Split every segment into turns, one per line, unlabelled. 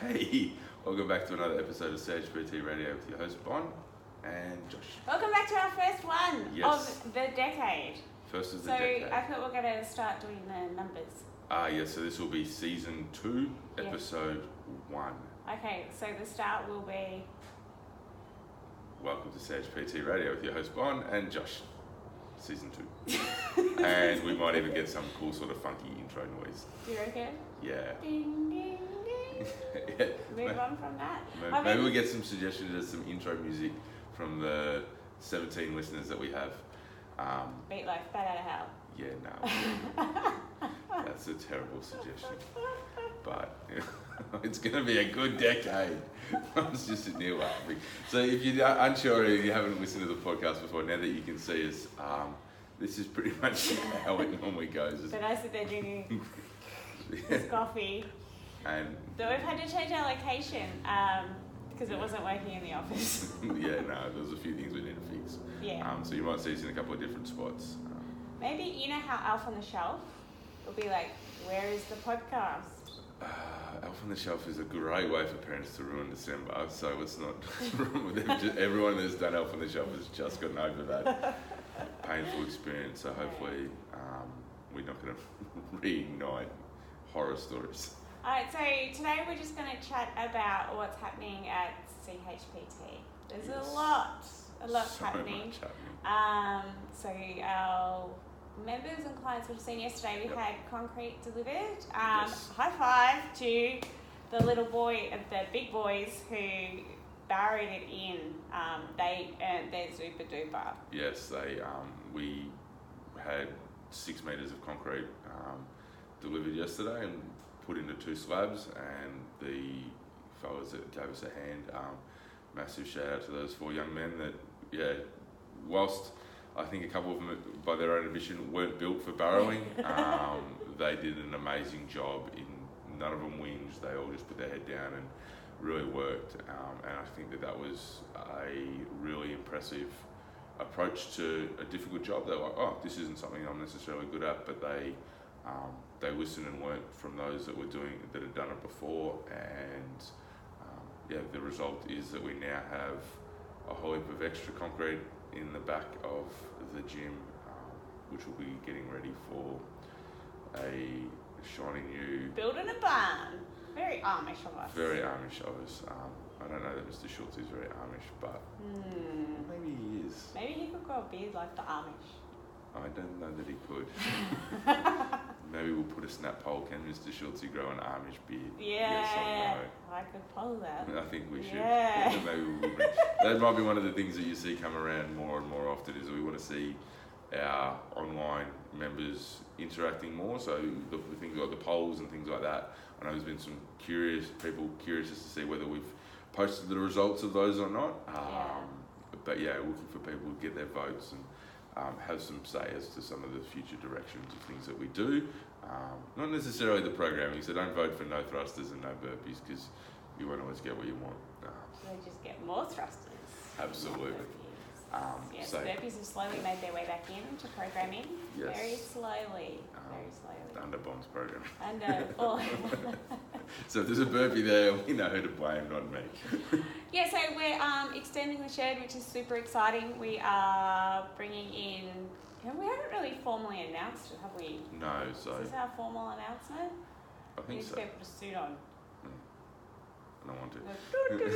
Hey, welcome back to another episode of Search PT Radio with your host Bon and Josh.
Welcome back to our first one
Yes.
of the decade.
First is the
so
decade.
I thought we are going to start doing the numbers.
Ah, yes. so this will be season two,
Yeah.
episode one.
Okay, so the start will be
Welcome to Search PT Radio with your host Bon and Josh. Season two. and we might even get some cool sort of funky intro noise.
do you reckon?
Yeah.
Ding ding ding.
yeah.
Move
May-
on from that.
may-
I
maybe
mean-
we'll get some suggestions as some intro music from the 17 listeners that we have. Um,
Beat life, bat out of hell.
Yeah, no. That's a terrible suggestion. But it's going to be a good decade. I was just sitting here laughing. So if you're unsure, if you haven't listened to the podcast before, now that you can see us, um, this is pretty much how it normally goes.
But I sit there drinking this coffee.
And
So we've had to change our location because it wasn't working in the office.
yeah, no, there's a few things we need to fix.
yeah.
Um, so you might see us in a couple of different spots. Um,
Maybe you know how Alf on the Shelf will be like, where is the podcast?
Uh, Elf on the Shelf is a great way for parents to ruin December, so it's not wrong with them. Just, everyone that's done Elf on the Shelf has just gotten over that painful experience. So hopefully, um, we're not going to reignite horror stories.
Alright, so today we're just going to chat about what's happening at CHPT. There's
Yes.
a lot, a lot
so
happening.
Much happening.
Um, so our members and clients would have seen yesterday we
Yep.
had concrete delivered. Um,
Yes.
High five to the little boy, uh, the big boys who buried it in. Um, they earned their super duper.
Yes, they. Um, we had six meters of concrete um, delivered yesterday and put into two slabs. And the fellas that gave us a hand, um, massive shout out to those four young men that, yeah, whilst I think a couple of them, by their own admission, weren't built for burrowing, um, they did an amazing job. In none of them whinged. They all just put their head down and really worked. Um, and I think that that was a really impressive approach to a difficult job. They're like, oh, this isn't something I'm necessarily good at, but they um, they listened and learnt from those that were doing that had done it before, and um, yeah, the result is that we now have a whole heap of extra concrete in the back of the gym, um, which will be getting ready for a shiny new,
Building a barn. Very Amish of us.
very Amish of us. Um, I don't know that Mr. Schultz is very Amish, but
Hmm.
maybe he is.
Maybe he could grow a beard like the Amish.
I don't know that he could. Maybe we'll put a snap poll. Can Mr. Schultze grow an Amish beard?
Yeah.
Yes
I could pull that.
or no? I think we should.
Yeah.
Maybe we'll bring- that might be one of the things that you see come around more and more often is we want to see our online members interacting more. So the, the things like the polls and things like that. I know there's been some curious people curious just to see whether we've posted the results of those or not. Um,
Yeah.
But yeah, looking for people to get their votes and um, have some say as to some of the future directions of things that we do. Um, not necessarily the programming, so don't vote for no thrusters and no burpees because you won't always get what you want. Um,
They just get more thrusters.
Absolutely.
Not burpees.
Um,
yes,
so-
burpees have slowly made their way back into programming.
Yes.
Very slowly.
Um,
very slowly.
under Bond's program.
And uh, oh,
So if there's a burpee there, we know who to blame, not me.
yeah, so we're um, extending the shed, which is super exciting. We are bringing in. yeah, We haven't really formally announced it, have we?
No, so
Is this our formal announcement?
I
We
think
need
so.
people to suit on.
I don't want to.
Like,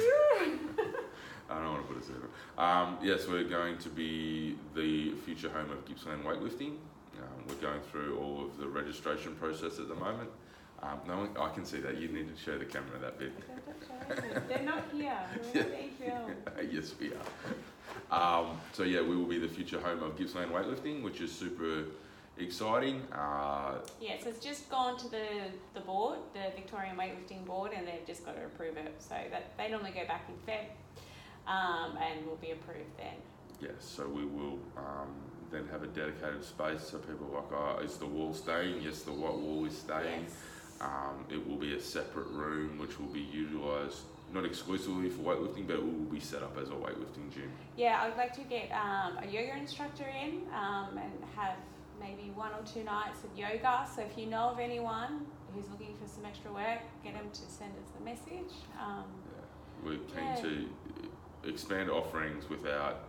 I don't want to put a zero. Um, yes, we're going to be the future home of Gippsland weightlifting. Um, we're going through all of the registration process at the moment. Um, no one, I can see that. You need to show the camera that bit.
They're not here. We're not being filmed.
yes, we are. Um, so yeah, we will be the future home of Gippsland weightlifting, which is super exciting. Uh,
Yes, it's just gone to the, the board, the Victorian Weightlifting Board, and they've just got to approve it. So that they normally go back in Feb, um, and will be approved then.
Yes, so we will um, then have a dedicated space so people are like, oh, is the wall staying? Yes, the white wall is staying.
Yes.
Um, it will be a separate room which will be utilised not exclusively for weightlifting, but it will be set up as a weightlifting gym.
Yeah, I'd like to get um, a yoga instructor in um, and have maybe one or two nights of yoga. So if you know of anyone who's looking for some extra work, get them to send us a message. Um,
Yeah. We're keen
Yeah.
to expand offerings without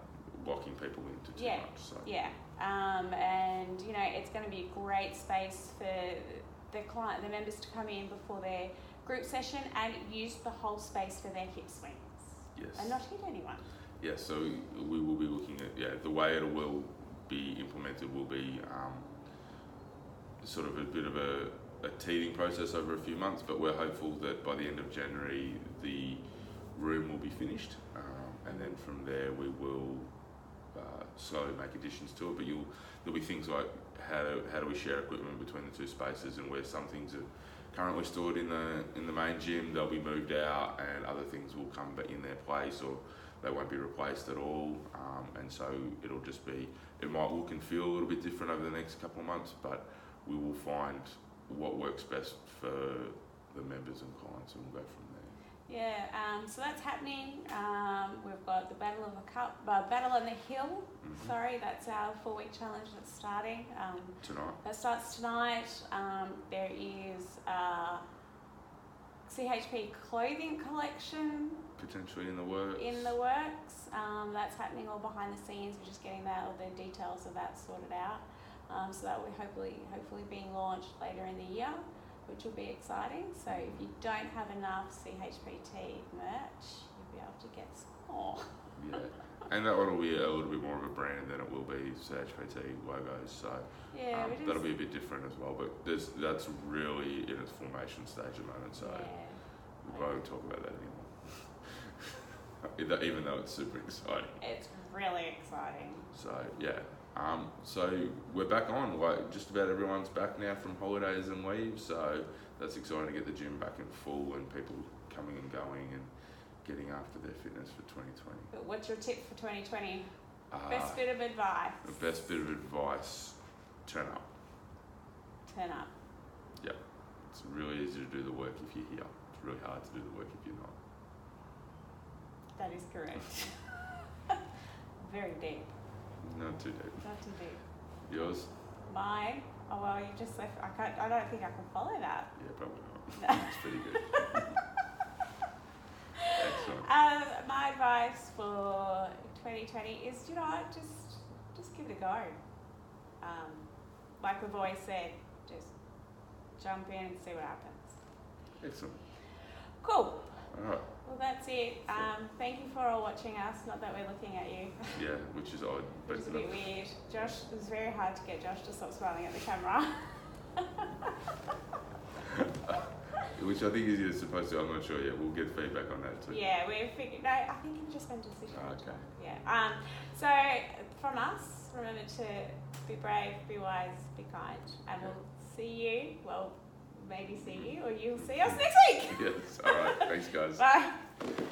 locking people into too
Yeah.
much. So
yeah, um, and you know it's going to be a great space for the client, the members to come in before their group session and use the whole space for their hip swings
yes.
and not hit anyone.
Yeah, so we will be looking at yeah the way it will be implemented will be um, sort of a bit of a, a teething process over a few months, but we're hopeful that by the end of January the room will be finished, um, and then from there we will uh, slowly make additions to it. But you'll there'll be things like how do, how do we share equipment between the two spaces and where some things are currently stored in the in the main gym they'll be moved out and other things will come but in their place or they won't be replaced at all um, and so it'll just be it might look and feel a little bit different over the next couple of months but we will find what works best for the members and clients and we'll go from there
Yeah, um, so that's happening. Um, we've got the Battle of the Cup, uh, Battle on the Hill.
Mhm.
Sorry, that's our four-week challenge that's starting. Um,
tonight
that starts tonight. Um, there is uh, CHP clothing collection
potentially in the works
in the works. Um, that's happening all behind the scenes. We're just getting that all the details of that sorted out. Um, so that will hopefully hopefully being launched later in the year, which will be exciting. So if you don't have enough CHPT merch, you'll be able to get some more.
yeah and that one will be a little bit more of a brand than it will be CHPT logos so
Yeah,
um,
it is-
that'll be a bit different as well, but there's, that's really in its formation stage at the moment, so
yeah.
we won't talk about that anymore. Either- Even though it's super exciting.
It's really exciting.
So, yeah. Um, so, we're back on. Like, just about everyone's back now from holidays and leave, so that's exciting to get the gym back in full and people coming and going and getting after their fitness for 2020.
But what's your tip for 2020?
Uh,
Best bit of advice.
the best bit of advice turn up.
Turn up.
It's really easy to do the work if you're here, it's really hard to do the work if you're not.
That is correct. Very deep.
Not too deep.
Not too deep.
Yours?
Mine? Oh well, you just left. I can't. I don't think I can follow that.
Yeah, probably not. it's pretty good. Excellent.
Um, my advice for 2020 is, you know, what, just just give it a go. Um, like we've always said, just jump in and see what happens.
Excellent.
Cool.
All right.
Well, that's it. Um, thank you for all watching us. Not that we're looking at you,
Yeah, which is odd, but
which is a bit weird. Josh, it was very hard to get Josh to stop smiling at the camera.
which I think is you're supposed to. I'm not sure yet. We'll get feedback on that too.
yeah, we're figuring. No, I think you've just been decision.
Ah, okay.
Yeah. Um, so from us, remember to be brave, be wise, be kind, and we'll see you. Well, maybe see you, or you'll see us next week.
Yes. All right. Thanks, guys.
Bye.